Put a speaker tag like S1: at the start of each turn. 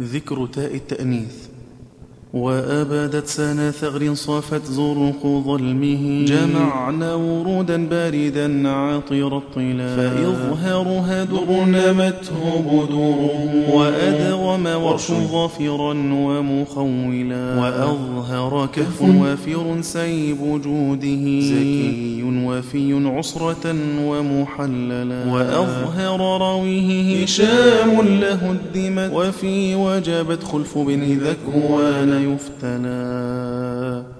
S1: ذكر تاء التأنيث وأبدت سنى ثغر صافت زرق ظلمه جمعنا ورودا باردا عطر الطلا فإظهارها در نمته بدوره وأدغم ورش ظافرا ومخولا وأظهر كهف وافر سيب جوده زكي وفي عسرة ومحللا وأظهر راويه هشام له الدمت وفي وجبت خلف بن ذكوان يفتنى